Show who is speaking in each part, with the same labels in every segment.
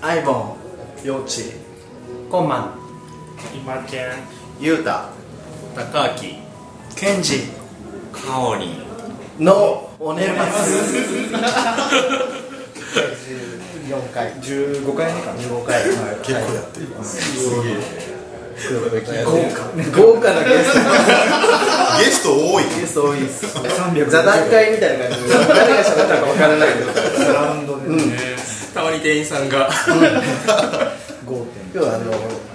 Speaker 1: アイボン
Speaker 2: 幼稚
Speaker 1: コンマン
Speaker 3: 今県
Speaker 2: ゆうた
Speaker 4: 高明
Speaker 1: ケンジ
Speaker 4: カオリン
Speaker 1: のおねまず
Speaker 2: 14回
Speaker 3: 15回目かな
Speaker 2: 15回
Speaker 5: 結構やってる
Speaker 1: 豪華なゲスト
Speaker 5: ゲスト多い
Speaker 1: ゲスト多いです
Speaker 3: 300
Speaker 1: 座談会みたいな感じで誰が喋ったかわからないけど
Speaker 3: グラウンド でね
Speaker 4: たまに店員さんが
Speaker 3: 5
Speaker 1: 今日はあの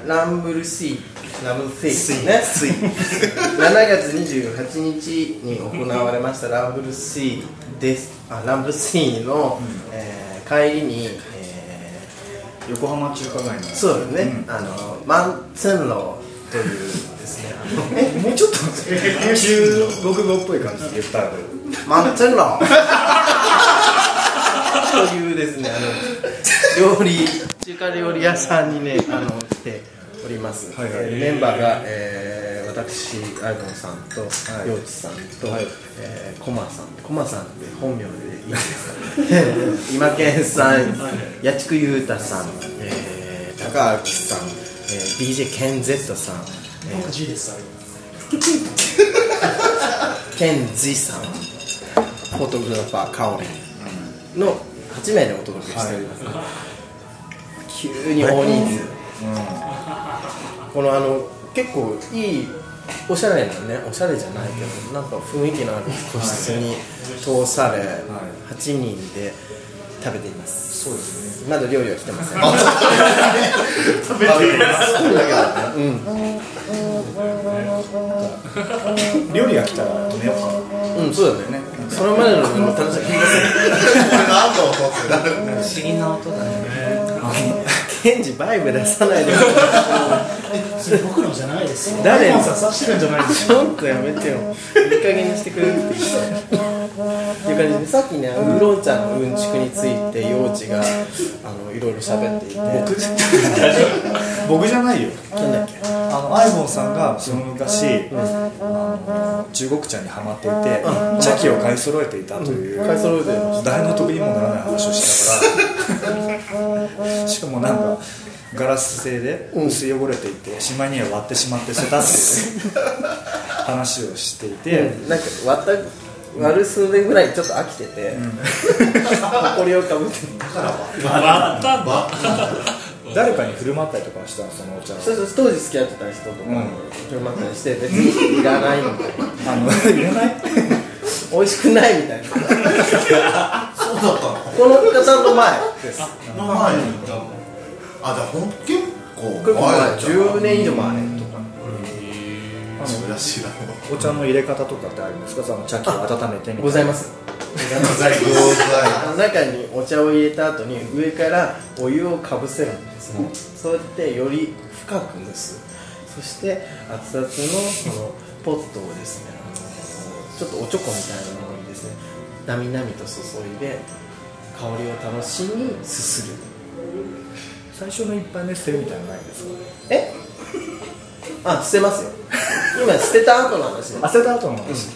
Speaker 1: ランブルシーラムスイ
Speaker 2: 水
Speaker 1: ね
Speaker 2: 水
Speaker 1: 7月28日に行われましたランブルシーですあランブルシーの、えー帰りに、え
Speaker 3: 横浜中華街の
Speaker 1: ーそうですね、あの万千楼というですねあの
Speaker 3: えもうちょっと中国語っぽい感じで言ったらどう
Speaker 1: マンチェンラーというですねあの料理中華料理屋さんにねあの来ております、
Speaker 3: はいはい
Speaker 1: えーメンバーが、えー私アイボンさんと
Speaker 3: い
Speaker 1: 陽一、さんと、えーコマさんコマさんって本名でいいですか 今健さん八千久裕太さん、えー高明さん、えー DJ ケンゼットさん、えー
Speaker 3: なんか G ですあれ
Speaker 1: ケンジさんフォトグラファーカオリンの8名でお届けしております、急に大人数、このあの結構いいおしゃれなねおしゃれじゃないけどなんか雰囲気のある個室に通され、8人で食べていますそうですねまだ料理は来てません
Speaker 3: 料理が来たら止めようかな
Speaker 1: うんそうだねそれまでのも楽しみ
Speaker 5: 何の音ってなる
Speaker 1: 不思議な音 だねケンジバイブ出さないでください
Speaker 6: それ僕のじゃないですよ
Speaker 1: 誰
Speaker 6: アイコンさん刺してるんじゃないです
Speaker 1: ちょっとやめてよ。いい加減にしてくれるって言って。っていう感じで、さっきね、ウーロン茶のうんちくについて、幼稚が、あの、いろいろ喋っていて。僕じゃ
Speaker 3: 僕じゃないよ
Speaker 1: なんだっけ。
Speaker 3: あのアイボンさんがその昔、あの中国茶にハマっていて、茶器を買い揃えていたという、
Speaker 1: 買い揃えてまし
Speaker 3: 誰の得にもならない話をしな がらしかもなんかガラス製で薄い汚れていて、しまいには割ってしまって捨てたっていう話をしていて、
Speaker 1: た。なんか、割った、割る数年ぐらい、ちょっと飽きてて。誇りをかぶって。
Speaker 4: 割ったんだ
Speaker 3: 誰かに振る舞ったりとかしたのそのお茶を
Speaker 1: そうそう、当時付き合ってた人とか、振る舞ったりして、別にいらないみたいな。
Speaker 3: あのいらない
Speaker 1: 美味しくないみたいな。そうだったの。この方の前。
Speaker 5: の前にいたのあじゃあほん結
Speaker 1: これ、
Speaker 5: 構
Speaker 1: ま
Speaker 5: 前
Speaker 1: あ、
Speaker 5: じゃ
Speaker 1: 10年以上前とか。
Speaker 5: んそりゃ知らんわ
Speaker 3: お茶の入れ方とかってあるんですかその茶器を温めてみ
Speaker 1: ご
Speaker 3: た
Speaker 1: ざ
Speaker 3: い
Speaker 1: い
Speaker 3: な
Speaker 1: ます。
Speaker 5: 餃
Speaker 1: あの中にお茶を入れた後に上からお湯をかぶせるんですね、そうやってより深く蒸すそして熱々のそのポットをですねあのちょっとおちょこみたいなものにですねなみなみと注いで香りを楽しみすする
Speaker 3: 最初の一杯目捨てるみたいなのないですか
Speaker 1: えあ捨てますよ今捨てた後の話ね
Speaker 3: 焦った後の話、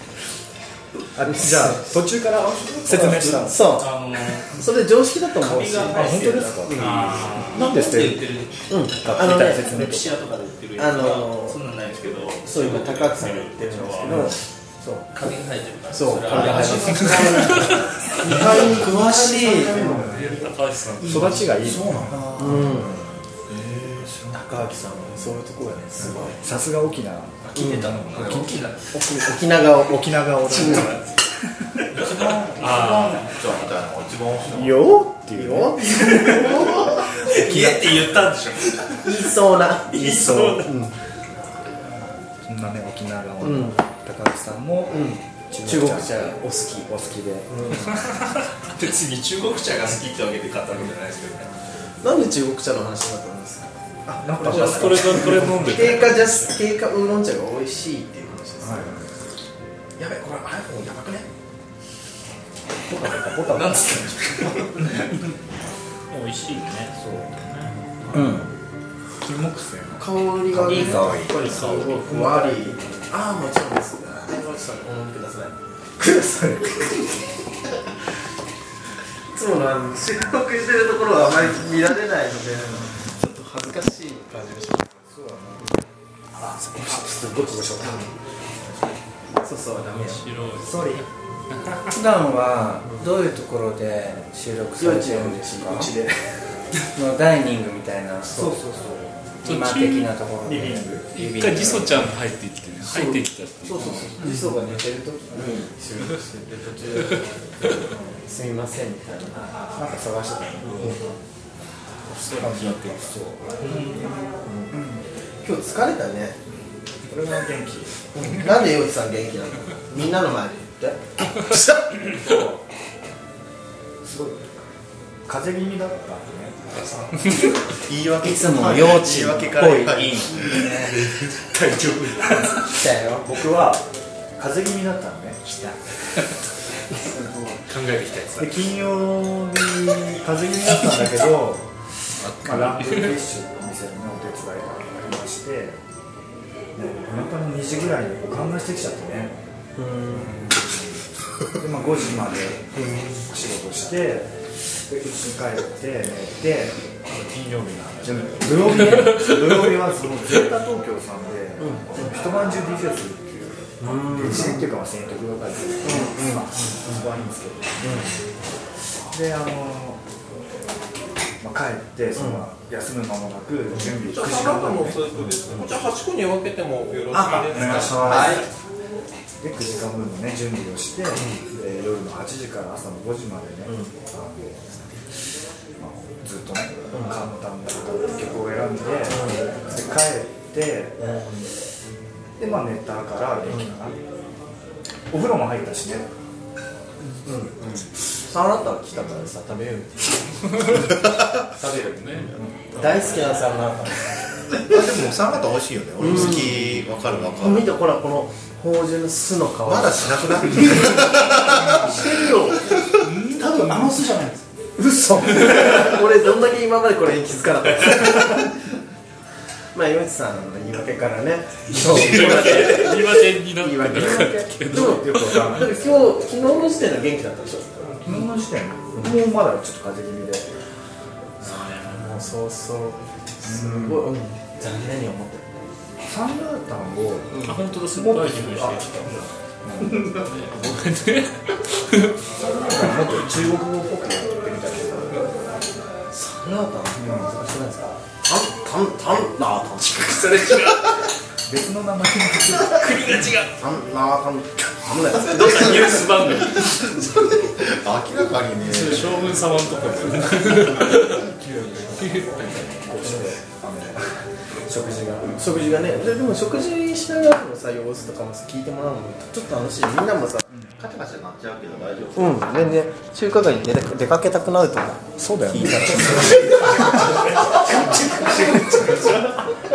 Speaker 3: あじゃあ途中から説明したんです
Speaker 1: そ
Speaker 4: あの
Speaker 1: うそれ常識だと思うし
Speaker 4: カビが
Speaker 3: あ本当ですか、
Speaker 4: あ
Speaker 3: なんで捨てる
Speaker 4: てる
Speaker 3: か
Speaker 1: あの
Speaker 3: みたいな
Speaker 1: ね
Speaker 3: 説明と
Speaker 4: レプ
Speaker 3: か
Speaker 4: シアとかで売ってる
Speaker 1: あの
Speaker 4: そんなんないですけど
Speaker 1: そう今高橋さんが言ってるんですけどそう
Speaker 4: カビが生えてるから
Speaker 1: そう、
Speaker 4: れ
Speaker 1: カビが
Speaker 4: は
Speaker 1: 生えます。意外に詳しい。
Speaker 4: 高橋さん
Speaker 3: 育ちがいい
Speaker 5: そうなの
Speaker 1: うん。高明さんはねそういうとこがね、すごい。
Speaker 3: さすが沖縄
Speaker 4: 聞いてたのかな聞いてたの
Speaker 1: 沖沖縄を。
Speaker 3: 沖縄を
Speaker 4: あ
Speaker 5: じゃあみたいなのが一番面白い
Speaker 3: よーっていうね
Speaker 1: よ。
Speaker 4: ー消えって言ったんでしょ
Speaker 1: 言いそうな。
Speaker 3: いそう、そんなね沖縄を、
Speaker 1: ん
Speaker 3: 高橋さんも、
Speaker 1: 中国
Speaker 3: お
Speaker 1: 茶
Speaker 3: 好きお好きで、
Speaker 4: 別に中国茶が好きってわけで買ったわけじゃないですけどね
Speaker 1: なんで中国茶の話になったんですか。
Speaker 3: あなんか
Speaker 4: じゃあこれこれ飲んで
Speaker 1: 経過じゃす、経過ウーロン茶が美味しいっていう話です。
Speaker 4: やべこれ iPhone やばくね
Speaker 3: ボタン
Speaker 4: なんつったの美味しいね
Speaker 3: 金木犀の
Speaker 1: 香りがね。
Speaker 4: いい香り
Speaker 1: やっぱりすごいふわり。ああ、もちろんです。お飲みください。
Speaker 3: ください
Speaker 1: つものあの収録してるところはあまり見られないのでちょっと恥ずかしい感じがしますそうそうダメよ
Speaker 7: 総理普段はどういうところで収録されてるんですか
Speaker 1: うちで
Speaker 7: のダイニングみたいな
Speaker 1: そうそう
Speaker 7: 今的なところで
Speaker 4: 一回リソちゃんが入ってきてね入ってきたって
Speaker 1: そうそうそうそう理想が寝てる時に収録してて途中で「すみません」みたいな
Speaker 3: なんか探してたよね感じになってそう
Speaker 1: 今日疲れたね
Speaker 3: 俺が元気
Speaker 1: なんで洋一さん元気なのみんなの前で言って
Speaker 3: すごい風邪気味だったんだね
Speaker 5: 言い訳
Speaker 7: いつも幼稚っ
Speaker 5: 言い訳から
Speaker 7: ぽ
Speaker 5: はい
Speaker 7: い
Speaker 5: 大丈
Speaker 7: 来
Speaker 5: 夫
Speaker 7: たよ
Speaker 3: 僕は風邪気味だったのね来た
Speaker 8: 考えてきたやつだ
Speaker 3: で金曜日風邪気味だったんだけ ど、まあ、ランプフィッシュのお店のねお手伝いがありましてで夜中の2時ぐらいにお勘がしてきちゃってねで、まあ、5時まで仕事してでうちに帰って寝て金曜日の話じゃあ土曜日ね土曜日はそのゼータ東京さんで、一晩中 DJ するっていう。1年っていうかまあ1000円とかで、まあ、そこはいいんですけど、であのまあ、帰ってその、休む間もなく準備9時間ぐらいね、
Speaker 8: じゃあ8個に分けてもよろしいです
Speaker 3: お願いします、で9時間分のね準備をして、で夜の8時から朝の5時までね、あのまあ、ずっとねカウンターの曲を選んで,、で帰ってでまあ寝たから元気かな、お風呂も入ったしね
Speaker 1: サウナタン来たからさ食べようよ
Speaker 8: 食べるね
Speaker 1: 大好きなサウナタン
Speaker 5: あでもサラダ美味しいよね俺好きわかるわかる
Speaker 1: 見てほらこの芳醇の酢の香り
Speaker 5: まだしなくなる
Speaker 9: 多分あの巣じゃないです
Speaker 1: 嘘俺どんだけ今までこれに気づかなかったまあ岩内さんの言い訳からね
Speaker 4: 言い訳言い訳になって
Speaker 1: 言い
Speaker 4: なか
Speaker 1: 訳
Speaker 4: っ
Speaker 1: でも
Speaker 4: た
Speaker 3: よくわかんない
Speaker 1: 今日昨日の時点では元気だったでしょ
Speaker 3: 昨日の時点もうまだちょっと風邪気味で
Speaker 1: もうそうそうすごい、うん、残念に思ってる
Speaker 3: サンラータンを
Speaker 4: あ本当だすごい大丈夫して
Speaker 3: もっと中国語っぽくやってみたけど
Speaker 1: サウナタン難しくないですかタンタンタンナータン
Speaker 8: それ違う
Speaker 3: 別の名前に
Speaker 8: 国が違う
Speaker 1: タンナータンタンだよ
Speaker 4: どんなニュース番組
Speaker 5: 明らかにね
Speaker 4: 将軍様のとこですよね
Speaker 3: 食事が
Speaker 1: 食事がねででも食事しながらのさ様子とかもさ聞いてもらうのもちょっと楽しいみんなもさ
Speaker 5: カチャカチャなっちゃうけど大丈夫
Speaker 1: うん全然中華街に出出かけたくなると思う
Speaker 3: そうだよね
Speaker 1: 音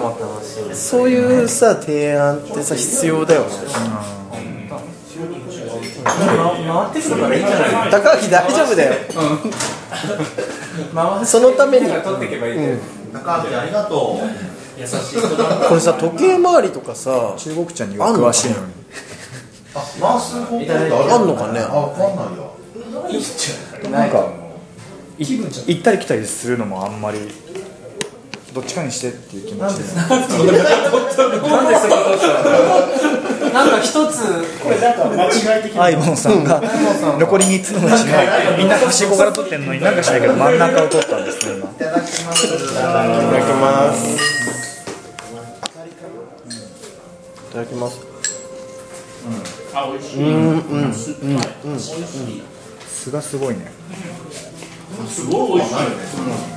Speaker 1: も楽しいそういうさ提案ってさ必要だよね
Speaker 3: 回ってくるからいいんじゃない
Speaker 1: 高木大丈夫だよそのために
Speaker 5: 中橋ありがとう
Speaker 1: これさ時計回りとかさ
Speaker 3: 中国茶に
Speaker 1: は詳しい
Speaker 3: のに
Speaker 5: あ回す方法ってある
Speaker 1: あんのかね
Speaker 5: あわかんないよ
Speaker 3: なんかい行ったり来たりするのもあんまりどっちかにしてっていう気持ちで
Speaker 9: なんか一つこれなんか間違い的
Speaker 3: アイボンさんが残り3つのうちねみんな端っこから取ってんのになんかしないけど真ん中を取ったんですね今
Speaker 5: いただきます
Speaker 1: いただきますいただきます
Speaker 4: あ美味しい
Speaker 3: 酢がすごいね
Speaker 4: すごい美味しい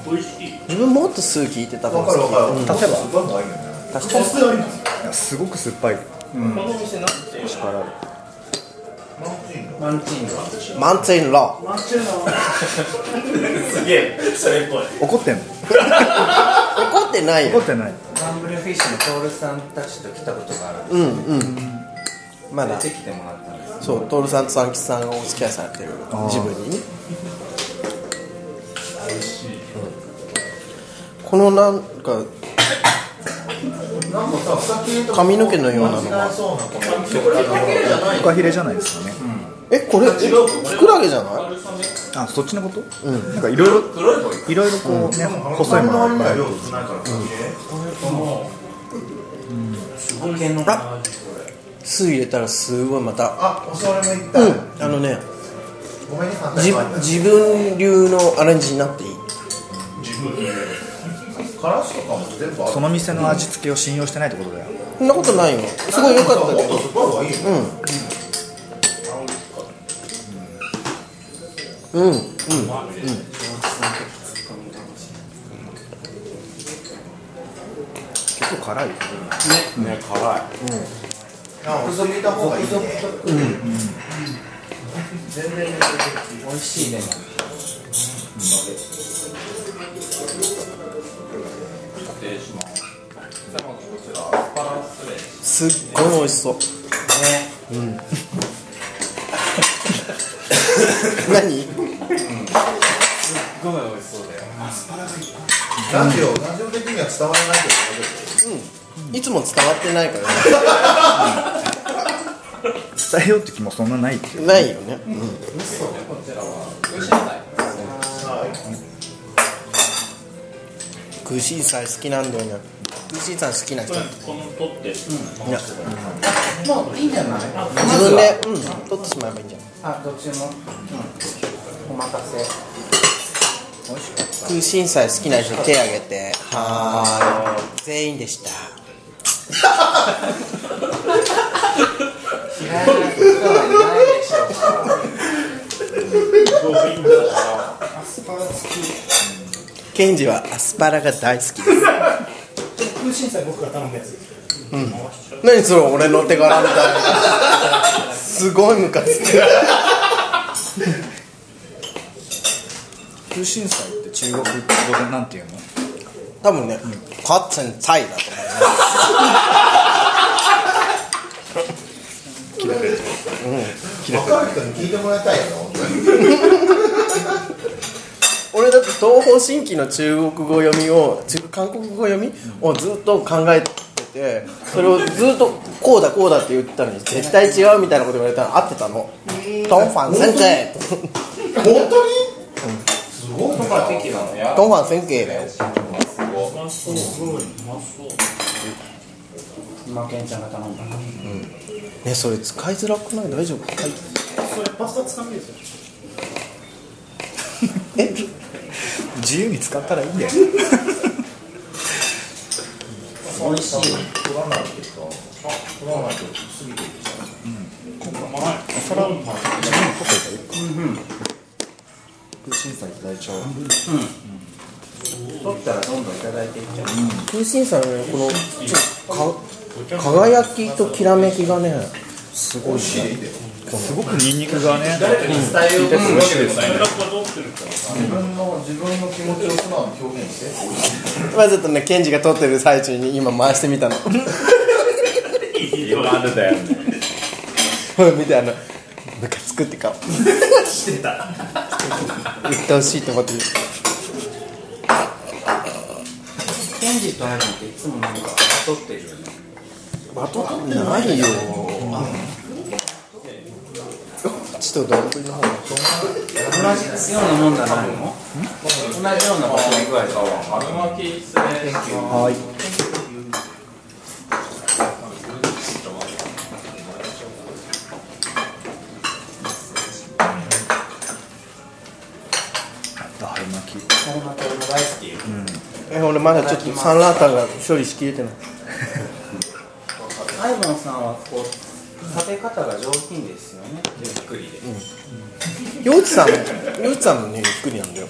Speaker 4: 美味しい
Speaker 1: 自分もっと酢効いてたか
Speaker 5: わ
Speaker 1: ら
Speaker 5: かるわ
Speaker 3: 例
Speaker 5: かる
Speaker 3: えば
Speaker 5: すごいのがいいよね
Speaker 1: 確かに
Speaker 3: いやすごく酸っぱい
Speaker 8: このお店なんていうの
Speaker 1: マンツェインラー
Speaker 8: すげえそれっぽい
Speaker 3: 怒ってんの
Speaker 1: 怒ってない
Speaker 3: 怒
Speaker 1: よ
Speaker 3: ってない
Speaker 10: ガンブルフィッシュのトールさんたちと来たことがあるんで
Speaker 1: うんうんまだ
Speaker 10: 出てきてもらったんです
Speaker 1: そう徹さんと三吉さんがお付き合いされてる自分にねこのなんか
Speaker 5: なんかさ、ふさき入れと
Speaker 1: 髪の毛のようなのは
Speaker 5: 間違えそうなこのチョコレートの
Speaker 3: フカヒレじゃないですかね
Speaker 1: えこれえ
Speaker 11: 違うか
Speaker 1: キクラゲじゃない
Speaker 11: 春雨
Speaker 12: あそっちのこと、うん、なんかいろいろ
Speaker 3: 黒い方いく
Speaker 12: いろいろこうね、細いもの
Speaker 5: あん
Speaker 12: が
Speaker 5: ま
Speaker 12: いっぱ
Speaker 5: り
Speaker 12: い
Speaker 5: 量少ないからすげえ
Speaker 11: もうすごいね
Speaker 1: あ酢入れたらすごいまた
Speaker 5: あおそれもいっ
Speaker 1: う
Speaker 5: た
Speaker 1: んあのね
Speaker 5: ごめんね反対
Speaker 1: じ
Speaker 5: 側に
Speaker 1: 自分流のアレンジになっていい
Speaker 5: からしとかも全部ある
Speaker 12: その店の味付けを信用してないってことだよ、
Speaker 1: そんなことないよすごい良かった
Speaker 5: もっ
Speaker 1: よ
Speaker 5: とそこはいいよね
Speaker 1: うんうん
Speaker 12: 結構辛いよ
Speaker 5: あお酢入れた方がいいね
Speaker 13: 美味しいね
Speaker 1: すっごい美味しそうねうん何
Speaker 5: ラジオラジオ的には伝わらないけど大丈夫
Speaker 1: いつも伝わってないから
Speaker 12: 伝えようって気もそんなないっていう
Speaker 1: ねないよねグシーサイ好きなんだよねグシーサイ好きな人
Speaker 11: この取って
Speaker 1: いや
Speaker 4: もういいんじゃない
Speaker 1: 自分で、うん、取ってしまえばいいんじゃない
Speaker 4: あどっちも、うん、お任せ
Speaker 1: 空心菜好きな人手挙げてはーい全員でした
Speaker 4: 嫌いな人はいないでしょうからアスパラ好き
Speaker 1: ケンジはアスパラが大好きです
Speaker 11: 空心菜僕が頼んだやつ
Speaker 1: 何それ俺の手柄みたいなすごいムカつく
Speaker 12: 空心菜って中国語でなんていうの
Speaker 1: 多分ねカッツンサイだと思
Speaker 5: 分かる人に聞いてもらいたいよね本当に
Speaker 1: う俺だって東方神起の中国語読みを中韓国語読みをずっと考えててそれをずっとこうだこうだって言ってたのに絶対違うみたいなこと言われたら合ってたのトンファン先生
Speaker 5: 本当にすごいね
Speaker 1: トンファン先生だよ
Speaker 11: うまそうすごいうまそう
Speaker 4: 今ケンちゃんが頼んだ
Speaker 1: ねそれ使いづらくない大丈夫はい
Speaker 11: それパスタつかみですよ
Speaker 1: え
Speaker 12: 自由に使ったらいいんだ
Speaker 4: 美
Speaker 12: よ
Speaker 4: 味しい
Speaker 11: それはうまい
Speaker 13: 取ったらどんどんいただいていっちゃう
Speaker 1: 空心菜のねこのちょか輝きときらめきがねすごいね
Speaker 12: すごくニンニクがね
Speaker 11: それがこう通ってるから
Speaker 5: 自分の自分の気持ちを素直に表現して
Speaker 1: わざとねケンジが撮ってる最中に今回してみたの
Speaker 3: 今あるだよ
Speaker 1: ほら見てあのムカつくって顔してた言ってほしいと思ってる
Speaker 4: ケンジとアイリンっていつもなんか
Speaker 13: 取ってるよね
Speaker 1: まとってないよちょっとどんぶりの方が
Speaker 4: 同じようなもんだなも同じような場所に具合が
Speaker 3: 春巻きですね
Speaker 1: はい
Speaker 12: 春巻き
Speaker 4: 春巻き俺も大好き
Speaker 1: え俺まだちょっとサンラータンが処理しきれてない
Speaker 4: アイボンさんはこう食べ方が上品ですよねゆっくりで、あ
Speaker 1: 洋一さん洋一さんもねゆっくりなんだよ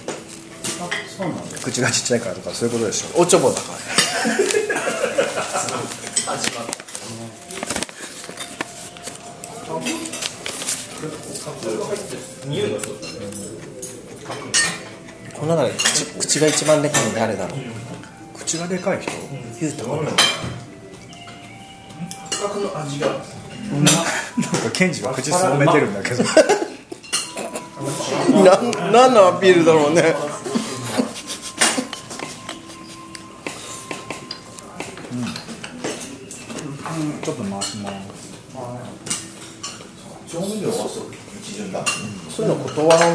Speaker 4: そうなんだ
Speaker 12: 口がちっちゃいからとかそういうことでしょ
Speaker 1: おちょぼだからこの中で口口が一番でかいの誰だろう
Speaker 12: 口がでかい人
Speaker 1: ゆうたかな
Speaker 12: なんかケンジは口すぼめてるんだけど
Speaker 1: な何のアピールだろうね
Speaker 12: ちょっと回します
Speaker 5: 調味料はそう基準だ。
Speaker 1: そういうの断ら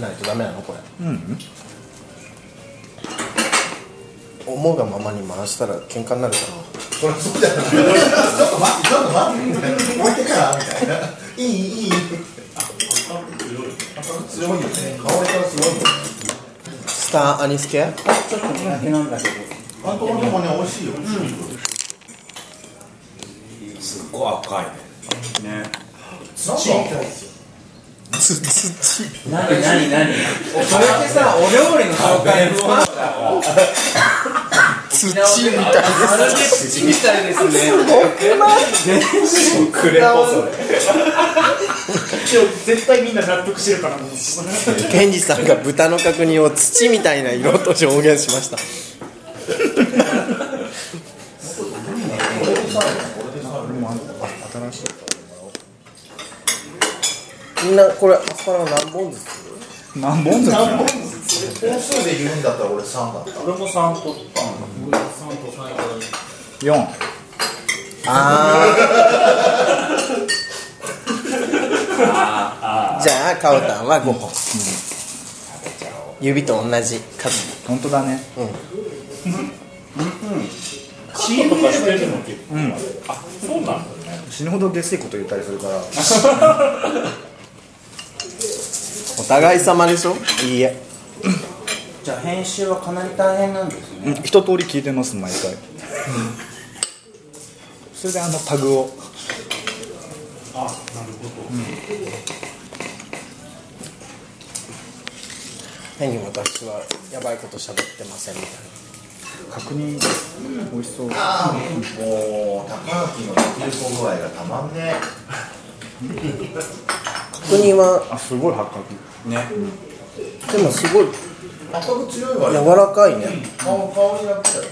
Speaker 1: ないとダメなのこれ
Speaker 12: うん
Speaker 1: 思うがままに回したら喧嘩になるか
Speaker 5: これそうじゃない。ちょっと待って、ちょっと待ってみたいな。置いてからみたいな。いい、いい。強いよね。香りからすごいもん。
Speaker 1: らスターアニス系
Speaker 4: ちょっと苦手なんだけど
Speaker 5: あと俺もね、美味しいよ。
Speaker 3: すっごい赤いね
Speaker 5: な
Speaker 12: ね
Speaker 5: んか、
Speaker 12: つつ
Speaker 4: なになになに
Speaker 2: それってさお料理の紹介不満
Speaker 12: 土みたいな
Speaker 4: まるで土みたいですね
Speaker 3: クレポそれ
Speaker 11: 絶対みんな納得してるからもう
Speaker 1: ケンジさんが豚の角煮を土みたいな色と表現しました
Speaker 12: 新しい
Speaker 1: みんなこれアスパラは何本ずつ
Speaker 12: 何本ずつ
Speaker 5: 本数で言うんだったら俺3だった。
Speaker 11: 俺も散歩とか
Speaker 12: 4
Speaker 1: ああじゃあカオタンは5本指と同じ数
Speaker 12: 本当だね
Speaker 11: チームとかしてるの結構
Speaker 12: うん
Speaker 11: あそうなんだ
Speaker 12: 死ぬほどでせいこと言ったりするから
Speaker 1: お互い様でしょいいえ
Speaker 4: じゃあ編集はかなり大変なんですね
Speaker 12: うん一通り聞いてます毎回それであのタグを
Speaker 11: あなるほど
Speaker 1: 変に私はやばいこと喋ってませんみたいな
Speaker 12: 確認美味しそう
Speaker 5: ああ、もう、高垣の焼きそ具合がたまんね。
Speaker 1: 確認は
Speaker 12: あすごい発覚
Speaker 1: でもすごい
Speaker 5: 赤く強いわよ。
Speaker 1: 柔らかいね
Speaker 5: 香香りが来たよ。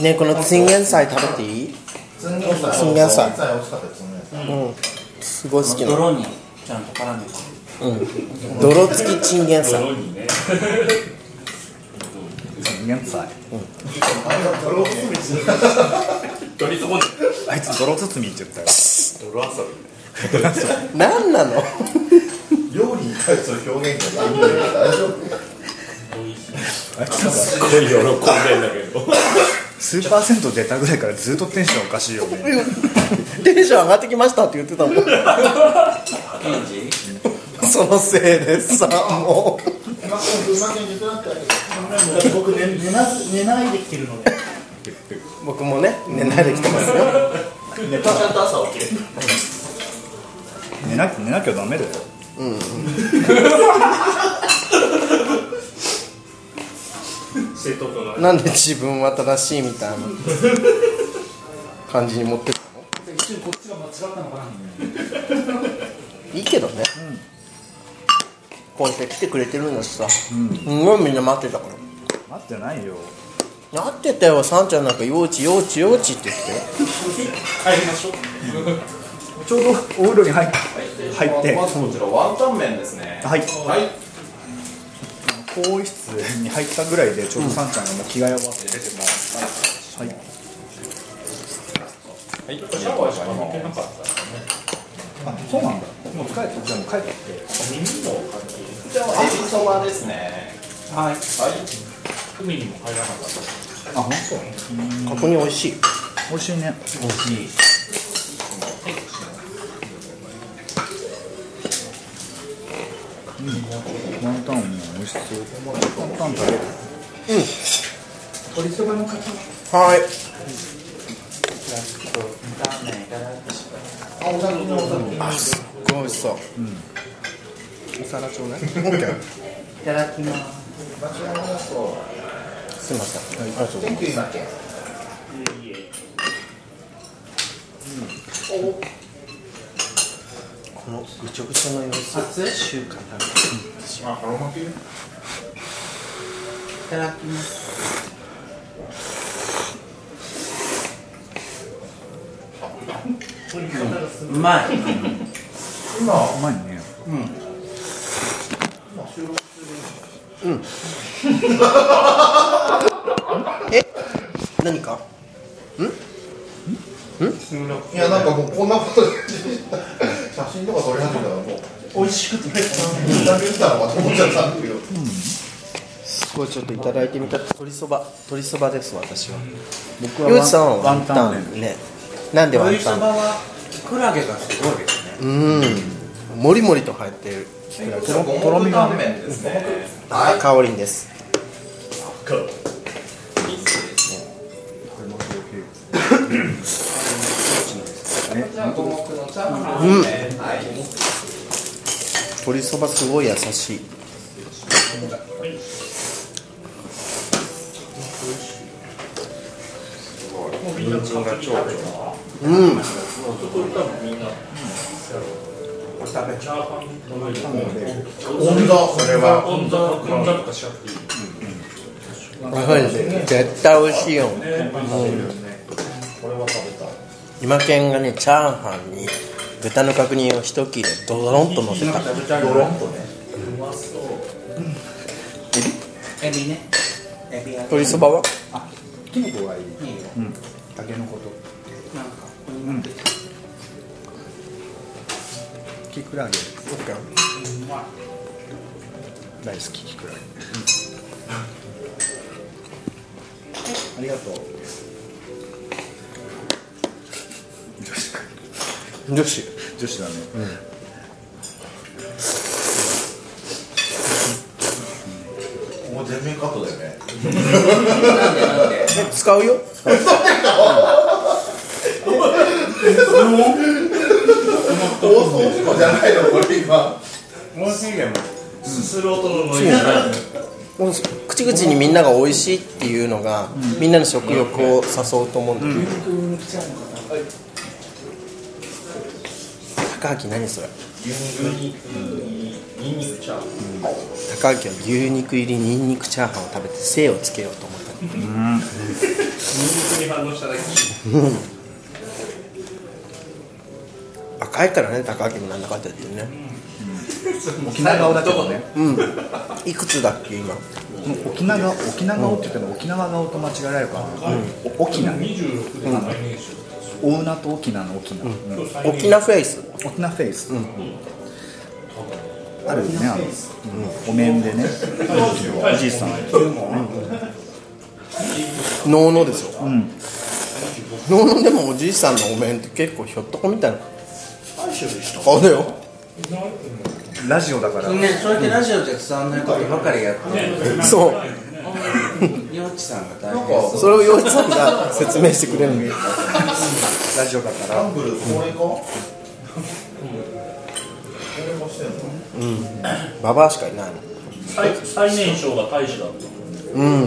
Speaker 1: ねえこのチンゲン菜食べていい
Speaker 5: つんげん菜。
Speaker 1: つんげん菜
Speaker 5: つんげん美味しかったよ、つんげん菜。
Speaker 1: うんすごい好きなの
Speaker 4: 泥にちゃんと絡んでた
Speaker 1: うん泥付きチンゲン菜
Speaker 11: 泥にね
Speaker 12: 現在
Speaker 3: 取り損ね
Speaker 12: あいつ泥包みって言ったよ
Speaker 3: 泥遊び
Speaker 1: 何なの
Speaker 5: 料理に対する表現がないんだよ大丈夫
Speaker 12: あいつなんか
Speaker 3: すごい喜んでんだけど
Speaker 12: スーパーセント出たぐらいからずっとテンションおかしいよね
Speaker 1: テンション上がってきましたって言ってたもん
Speaker 4: ケンジ
Speaker 1: そのせいでさもう
Speaker 5: うまくうまく言ってなったけど
Speaker 11: 僕寝寝な寝ないで来てるので
Speaker 1: 僕もね寝ないできてますよ
Speaker 5: ちゃんと朝起きる
Speaker 12: 寝な寝なきゃダメだよ
Speaker 11: してとこが
Speaker 1: なんで自分は正しいみたいな感じに持ってったの
Speaker 11: 一瞬こっちが間違ったのかない
Speaker 1: いけどね、こうやって来てくれてるんだしさ、すごいみんな待ってたから
Speaker 12: 待ってないよ
Speaker 1: なってたよ、さんちゃんなんか幼稚幼稚幼稚って言って
Speaker 11: 帰りましょう
Speaker 12: ちょうどお風呂に入って入って
Speaker 13: まずこちらワンタン麺ですね
Speaker 12: は
Speaker 13: は
Speaker 12: い
Speaker 13: い
Speaker 12: 更衣室に入ったぐらいでちょうどさんちゃんがもう着替え終わって出てますはいあそうなんだもう疲れてじゃあもう帰って
Speaker 13: じゃあエビそばですね
Speaker 11: は
Speaker 13: は
Speaker 11: い
Speaker 13: い
Speaker 11: 海にも入らなかった
Speaker 12: あ本当
Speaker 1: 確認美味しい
Speaker 12: 美味しいね美味しいワンタンも美味しそうワンタン食べる
Speaker 1: はい
Speaker 4: ラーメンいただいてし
Speaker 1: すごい美味しそう、お皿ちょうだい OK
Speaker 4: いただきます
Speaker 1: すいません、ありがとうございますこのぐちょぐちょの様子中華だ
Speaker 5: あ、これも切る
Speaker 4: いただきますうんうまい
Speaker 5: 今
Speaker 12: うまいね
Speaker 1: え何か
Speaker 5: いやなんかもうこんなことで写真とか撮り始めたらもう美味しく撮れた何言ったのかと思っちゃったんだけど
Speaker 1: すごいちょっといただいてみた鶏そば鶏そばです私は
Speaker 12: 僕
Speaker 1: ヨウジさんは
Speaker 12: ワ
Speaker 1: ワ
Speaker 12: ン
Speaker 1: ン
Speaker 12: タ
Speaker 1: タ
Speaker 12: ン
Speaker 1: ンねなんでワン
Speaker 4: 鶏そ
Speaker 1: タン
Speaker 4: ばはキクラゲがすごいですね
Speaker 1: うんもりもりと入ってる
Speaker 12: とろとろみがね
Speaker 3: ですね
Speaker 1: 香りんですうん鶏そばすごい優しいうん
Speaker 5: 温度それは
Speaker 11: 温座とか温座とかしちゃっていい
Speaker 1: 絶対美味しいよ今県がねチャーハンに豚の角煮を一切れドロンと乗せた
Speaker 5: ドロンとね
Speaker 4: エビねエビが
Speaker 1: 鶏そばは
Speaker 12: きのこがいい
Speaker 4: いいよ
Speaker 12: たけのこと
Speaker 4: なんかここになってて
Speaker 12: キクラゲ大好きキクラゲ、ありがとう
Speaker 1: 女子
Speaker 12: 女子だね、
Speaker 5: もう全面カットだよね
Speaker 1: 使うよ
Speaker 5: 放送事故じゃないのこれ今
Speaker 3: 温泉街もすする音のノイズ
Speaker 1: もう口々にみんなが美味しいっていうのが、みんなの食欲を誘うと思うんだけど、高明何それ
Speaker 3: ニンニクチャー
Speaker 1: 高明は牛肉入りにんにくチャーハンを食べて精をつけようと思ったの
Speaker 3: ニンニクに反応しただけ
Speaker 1: 赤いからね高明もなんだかんだ言ってね
Speaker 12: 沖縄顔だけどね
Speaker 1: いくつだっけ今
Speaker 12: 沖縄顔沖縄顔って言っても沖縄顔と間違えられるから、お沖縄ね
Speaker 11: 26でのイメージ
Speaker 12: 大名と沖縄の沖縄、うん
Speaker 1: 沖縄フェイス
Speaker 12: 沖縄フェイス、あるよねあの、うんお面でねおじいさん
Speaker 1: 能のですよ能の、でもおじいさんのお面って結構ひょっとこみたいなあれよ
Speaker 12: ラジオだから
Speaker 4: ねそうやってラジオじゃ伝わんないことばかりやってる
Speaker 1: そう
Speaker 4: 幼稚さんが大変
Speaker 1: それを洋一さんが説明してくれるのよ
Speaker 12: ラジオだから
Speaker 5: アンブルこれかこれもしてんの
Speaker 1: ババアしかいないの
Speaker 11: 最最年少が大使だった
Speaker 1: うん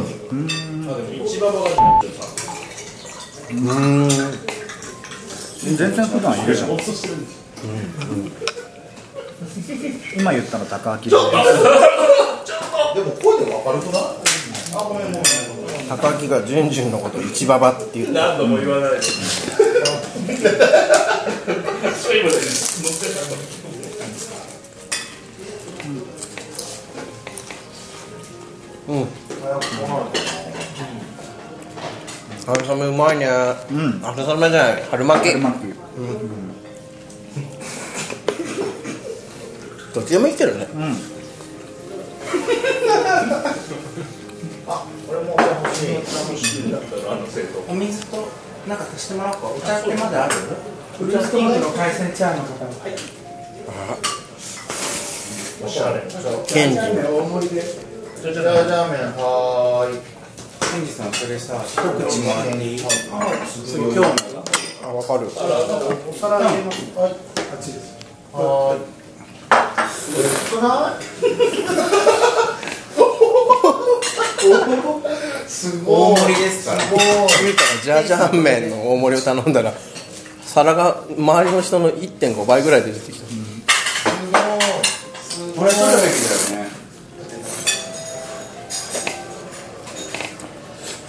Speaker 3: 一番バカって
Speaker 12: 全然普段いるじゃん今言ったの高明で
Speaker 5: でも声で明るくない
Speaker 1: 高木がジュンジュンのことを一ババって言って
Speaker 3: 何度も言わないで
Speaker 1: 春雨うまいね
Speaker 12: ん
Speaker 1: 春雨じゃない春巻き
Speaker 12: うまく
Speaker 1: どっちでも生きてるね
Speaker 5: 俺もこれ欲しい
Speaker 4: お水となんか足してもらおうかお茶ってまだあるフルーツキングの海鮮チャーの方はい
Speaker 1: ケンジ
Speaker 5: ジャジャーメンはーい
Speaker 4: ケンジさんそれさ一口もらっていい今日の
Speaker 1: あ、わかる
Speaker 5: お皿入れますはいあっちですはーい嬉しくないすごい
Speaker 4: 大盛りですから
Speaker 5: すごい
Speaker 1: 見たらジャージャー麺の大盛りを頼んだら皿が周りの人の1.5倍ぐらいで出てきた
Speaker 4: これ取るべきだよね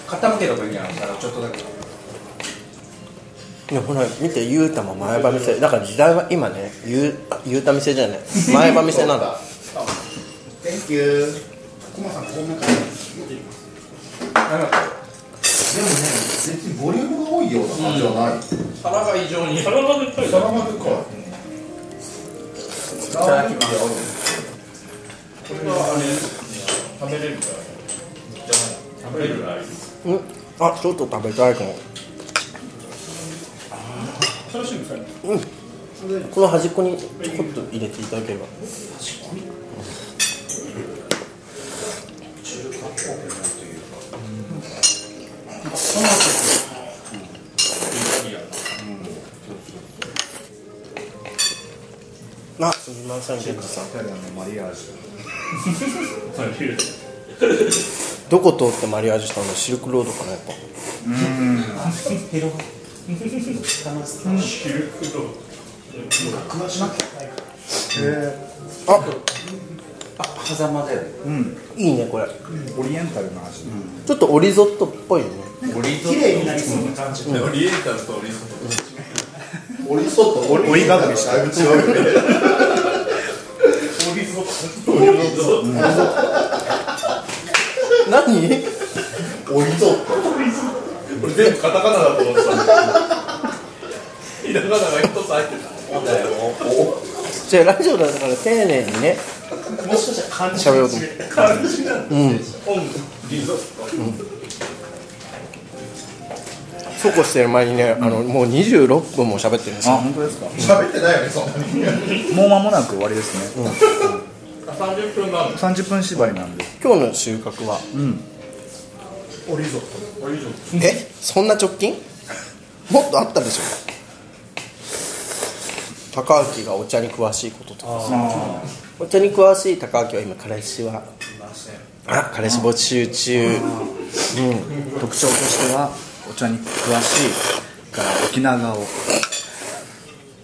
Speaker 4: 傾ければいいんじゃないかなちょっとだけ
Speaker 1: いやほら見てゆうたも前歯店だから時代は今ねゆうあゆうた店じゃない前歯店なんだ
Speaker 5: Thank you
Speaker 4: あ
Speaker 5: で
Speaker 4: の
Speaker 5: もね別にボリュームが多いような感じはない、
Speaker 13: 腹が異常に
Speaker 11: 腹がでっかい
Speaker 5: そのままでかいいただきます
Speaker 11: これはあれ食べれるから食べれるから
Speaker 1: うんあちょっと食べたいかも
Speaker 11: 楽しみですかね
Speaker 1: この端っこにちょこっと入れていただければあ、すみません、ゲッツさん。
Speaker 12: イタリアンのマリアージュ
Speaker 1: どこ通ってマリアージュしたのシルクロードかな、やっぱ。
Speaker 11: シルクロー
Speaker 1: あ、
Speaker 4: 狭間だよ
Speaker 1: いいね、これ。
Speaker 12: オリエンタルの味、
Speaker 1: ちょっとオリゾットっぽいよね。
Speaker 4: 綺麗になりそうな感じ
Speaker 3: でもリエンタルとリゾット
Speaker 5: オリソットオリ
Speaker 12: リバブでした
Speaker 5: だいぶ違うよね
Speaker 11: ドオリゾッ
Speaker 1: 何
Speaker 5: オリゾット
Speaker 3: 俺全部カタカナだと思ってたひらがなが一つ入ってた問題を
Speaker 1: じゃあ、ラジオだから丁寧にね、
Speaker 11: トもしかしたら漢字
Speaker 1: 喋ろうと思って。
Speaker 11: 漢字なん
Speaker 1: うん。
Speaker 11: だオンリゾット
Speaker 1: そうこうしてる前にね、あの、もう26分も喋ってるんですよ。
Speaker 12: 本当ですか
Speaker 5: 喋ってないよねそんなに
Speaker 12: もう間もなく終わりですね、
Speaker 11: 30分なの
Speaker 12: 30分縛りなんで
Speaker 1: 今日の収穫は、
Speaker 5: オリゾッ
Speaker 11: オリゾッ
Speaker 1: え、そんな直近もっとあったでしょ。高明がお茶に詳しいこととかさお茶に詳しい高明は今彼氏はあ彼氏募集中
Speaker 12: うん特徴としてはお茶に詳しいから沖縄を
Speaker 5: ト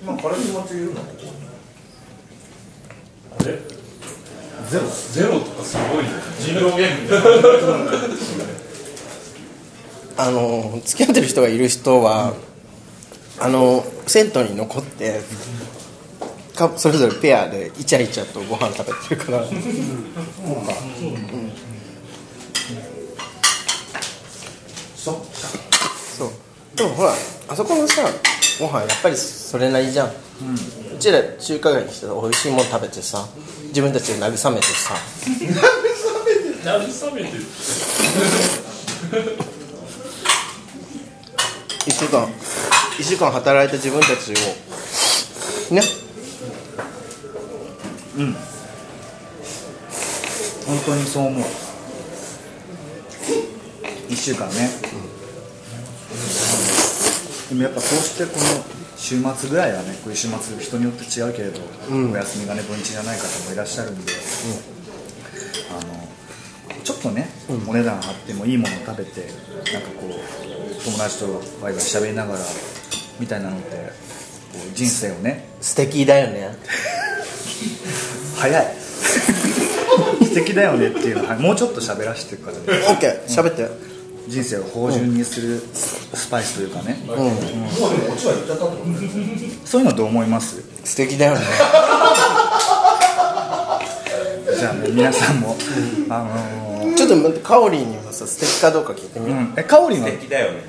Speaker 5: 今これ気持ち言うの
Speaker 11: トゼロゼロとかすごいね
Speaker 3: 人狼ゲーム
Speaker 1: あの付き合ってる人がいる人は、あの銭湯に残ってかそれぞれペアでイチャイチャとご飯食べてるから
Speaker 5: そっか
Speaker 1: そうでもほらあそこのさご飯やっぱりそれなりじゃん、うちら中華街に来て美味しいもん食べてさ自分たちで慰めてさ
Speaker 11: 慰めてる
Speaker 1: 1週間一週間働いた自分たちをね
Speaker 12: 本当にそう思う1週間ね、でもやっぱそうしてこの週末ぐらいはねこういう週末人によって違うけれど、お休みがね土日じゃない方もいらっしゃるんで、あのちょっとね、お値段張ってもいいもの食べてなんかこう友達とワイワイ喋りながらみたいなのってこう人生をね
Speaker 1: 素敵だよね
Speaker 12: 早い 素敵だよねっていうのはもうちょっと喋らせてからね
Speaker 1: OK 喋って、
Speaker 12: 人生を芳醇にするスパイスというかね、
Speaker 5: もうでも落ちは言っちゃったってことね
Speaker 12: そういうのどう思います
Speaker 1: 素敵だよね
Speaker 12: じゃあね皆さんも、あのー
Speaker 1: ちょっと待ってカオリンにはさ素敵かどうか聞いてみよう
Speaker 12: うん、えかおりんは
Speaker 3: だよね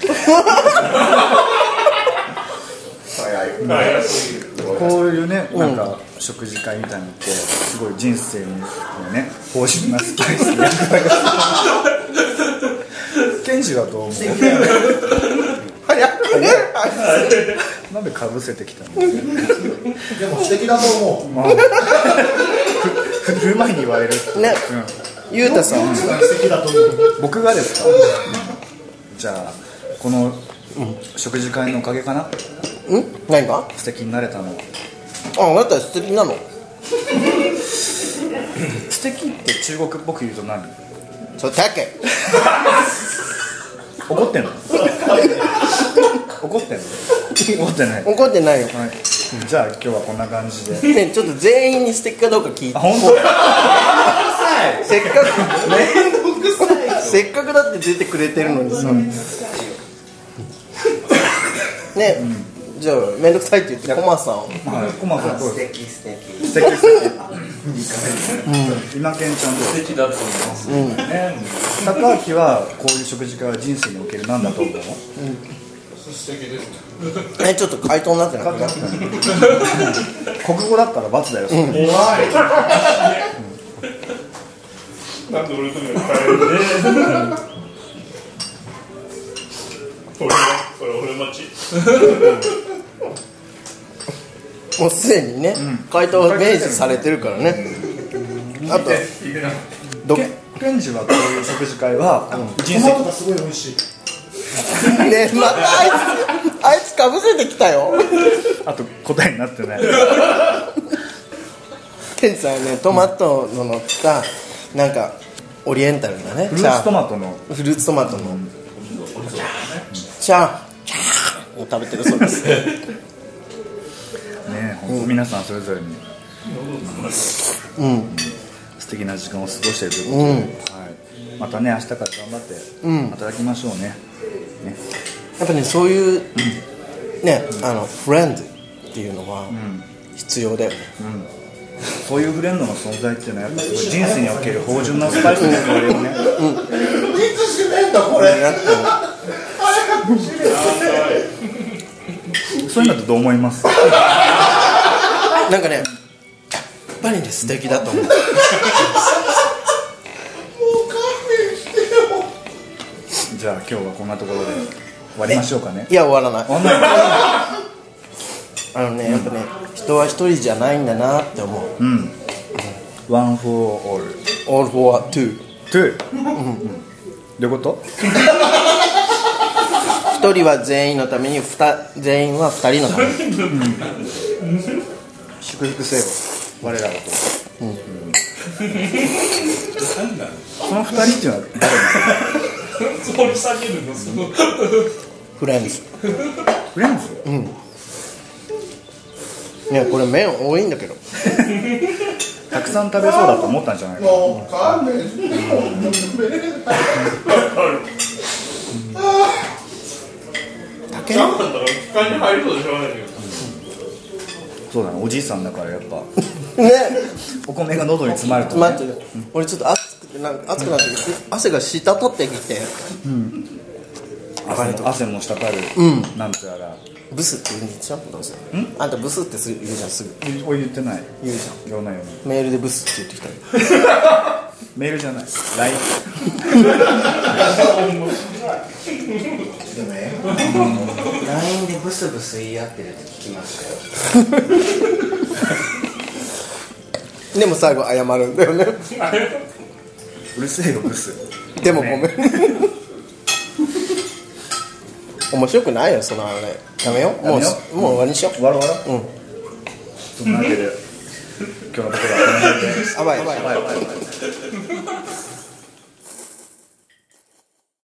Speaker 5: 早い
Speaker 12: こういうねなんか食事会みたいなのってすごい人生のね芳醇なスパイスの役割がケンジはどう思う
Speaker 1: 早く
Speaker 12: なんでかぶせてきたの
Speaker 5: でも素敵だと思う
Speaker 12: 振る舞いに言われるって
Speaker 1: ね
Speaker 12: うん
Speaker 1: ゆうたさん
Speaker 5: 素敵だと思う
Speaker 12: 僕がですかじゃあこの食事会のおかげかなん
Speaker 1: 何が
Speaker 12: 素敵になれたのは
Speaker 1: ああなた素敵なの
Speaker 12: 素敵って中国っぽく言うと何
Speaker 1: それだけ
Speaker 12: 怒ってんの怒ってんの怒ってない、は
Speaker 1: 怒ってないよ
Speaker 12: い、じゃあ今日はこんな感じで
Speaker 1: ねちょっと全員に素敵かどうか聞いて
Speaker 12: あ本当
Speaker 1: せっかくせっかくだって出てくれてるのにさね、じゃあ面倒くさいって言ってコマさんを
Speaker 12: はい、コマさん、こう
Speaker 2: 素敵素敵
Speaker 12: 素敵素敵。今健ちゃんと
Speaker 3: 素敵だと思いますね。
Speaker 12: 高明はこういう食事が人生における何だと思う？
Speaker 11: 素敵ですね
Speaker 1: えちょっと回答になってなくない
Speaker 12: 国語だったら罰だよ。それ
Speaker 11: なんで俺のとこに帰るね俺のこれ俺待ち
Speaker 1: もうすでにね、回答は明示されてるからね、あとど
Speaker 12: け
Speaker 1: ね
Speaker 12: ケンジはこういう食事会は人生
Speaker 4: がすごい美味しい
Speaker 1: えまたあいつあいつかぶせてきたよ
Speaker 12: あと答えになって ない。
Speaker 1: ケンジさんはねトマトの乗ったなんかオリエンタルなね
Speaker 12: フルーツトマトの
Speaker 1: トフルーツトマトのチャーチャーを食べてるそうです
Speaker 12: ね、本当皆さんそれぞれに
Speaker 1: うん
Speaker 12: 素敵な時間を過ごしているということ
Speaker 1: う
Speaker 12: で、
Speaker 1: ん
Speaker 12: はい。またね明日から頑張って
Speaker 1: うん
Speaker 12: 働きましょうね。ね
Speaker 1: やっぱねそういうねあのフレンズっていうのは必要だよね
Speaker 12: そういうフレンドの存在っていうのはやっぱすごい人生における芳醇なスパイスの香りを ね。
Speaker 5: いつ閉めんだこれ
Speaker 1: やっと
Speaker 12: そういうのってどう思います？
Speaker 1: なんかねやっぱりね素敵だと思う
Speaker 12: じゃあ今日はこんなところで終わりましょうかね。
Speaker 1: いや終わらない
Speaker 12: 終わんない。
Speaker 1: あのねやっぱね人は一人じゃないんだなって思う
Speaker 12: うん。ワンフォーオール。
Speaker 1: all for two
Speaker 12: トゥー。どういうこと？
Speaker 1: 一人は全員のためにふた全員は二人のために
Speaker 12: 祝福せよ。我らがと。うん。その二人っていうのは誰なの？
Speaker 11: そこに叫ぶのその
Speaker 1: フレンズ
Speaker 12: フレンズ？
Speaker 1: ねこれ麺多いんだけど
Speaker 12: たくさん食べそうだと思ったんじゃないかな。
Speaker 5: もう勘弁してよもう閉めれない
Speaker 11: ジャンプだったら機械に入ることでしょうがないけど
Speaker 12: そうだね。おじいさんだからやっぱ
Speaker 1: ね
Speaker 12: お米が喉に詰まるとね。
Speaker 1: 待って俺ちょっと暑くてなんか暑くなってきて汗が滴ってきて
Speaker 12: 汗も汗も滴る。うん。なんてやら。
Speaker 1: ブスって言うんでしょどうせあんたブスってすぐ言うじゃんすぐ
Speaker 12: お言ってない。
Speaker 1: 言うじゃん
Speaker 12: 言わないよね。
Speaker 1: メールでブスって言ってきたよ
Speaker 12: メールじゃない。LINE。
Speaker 2: でもね LINE でブスブス言い合ってるって聞きましたよ
Speaker 1: でも最後謝るんだよね
Speaker 12: うるせえよブス。
Speaker 1: でもごめん面白くないよそのあれやめようも
Speaker 12: や
Speaker 1: う
Speaker 12: めよう
Speaker 1: もう終わりにしよう
Speaker 12: わらわら。
Speaker 1: うん
Speaker 12: そんなわけで今日のところはこの辺で。
Speaker 1: やばいやばい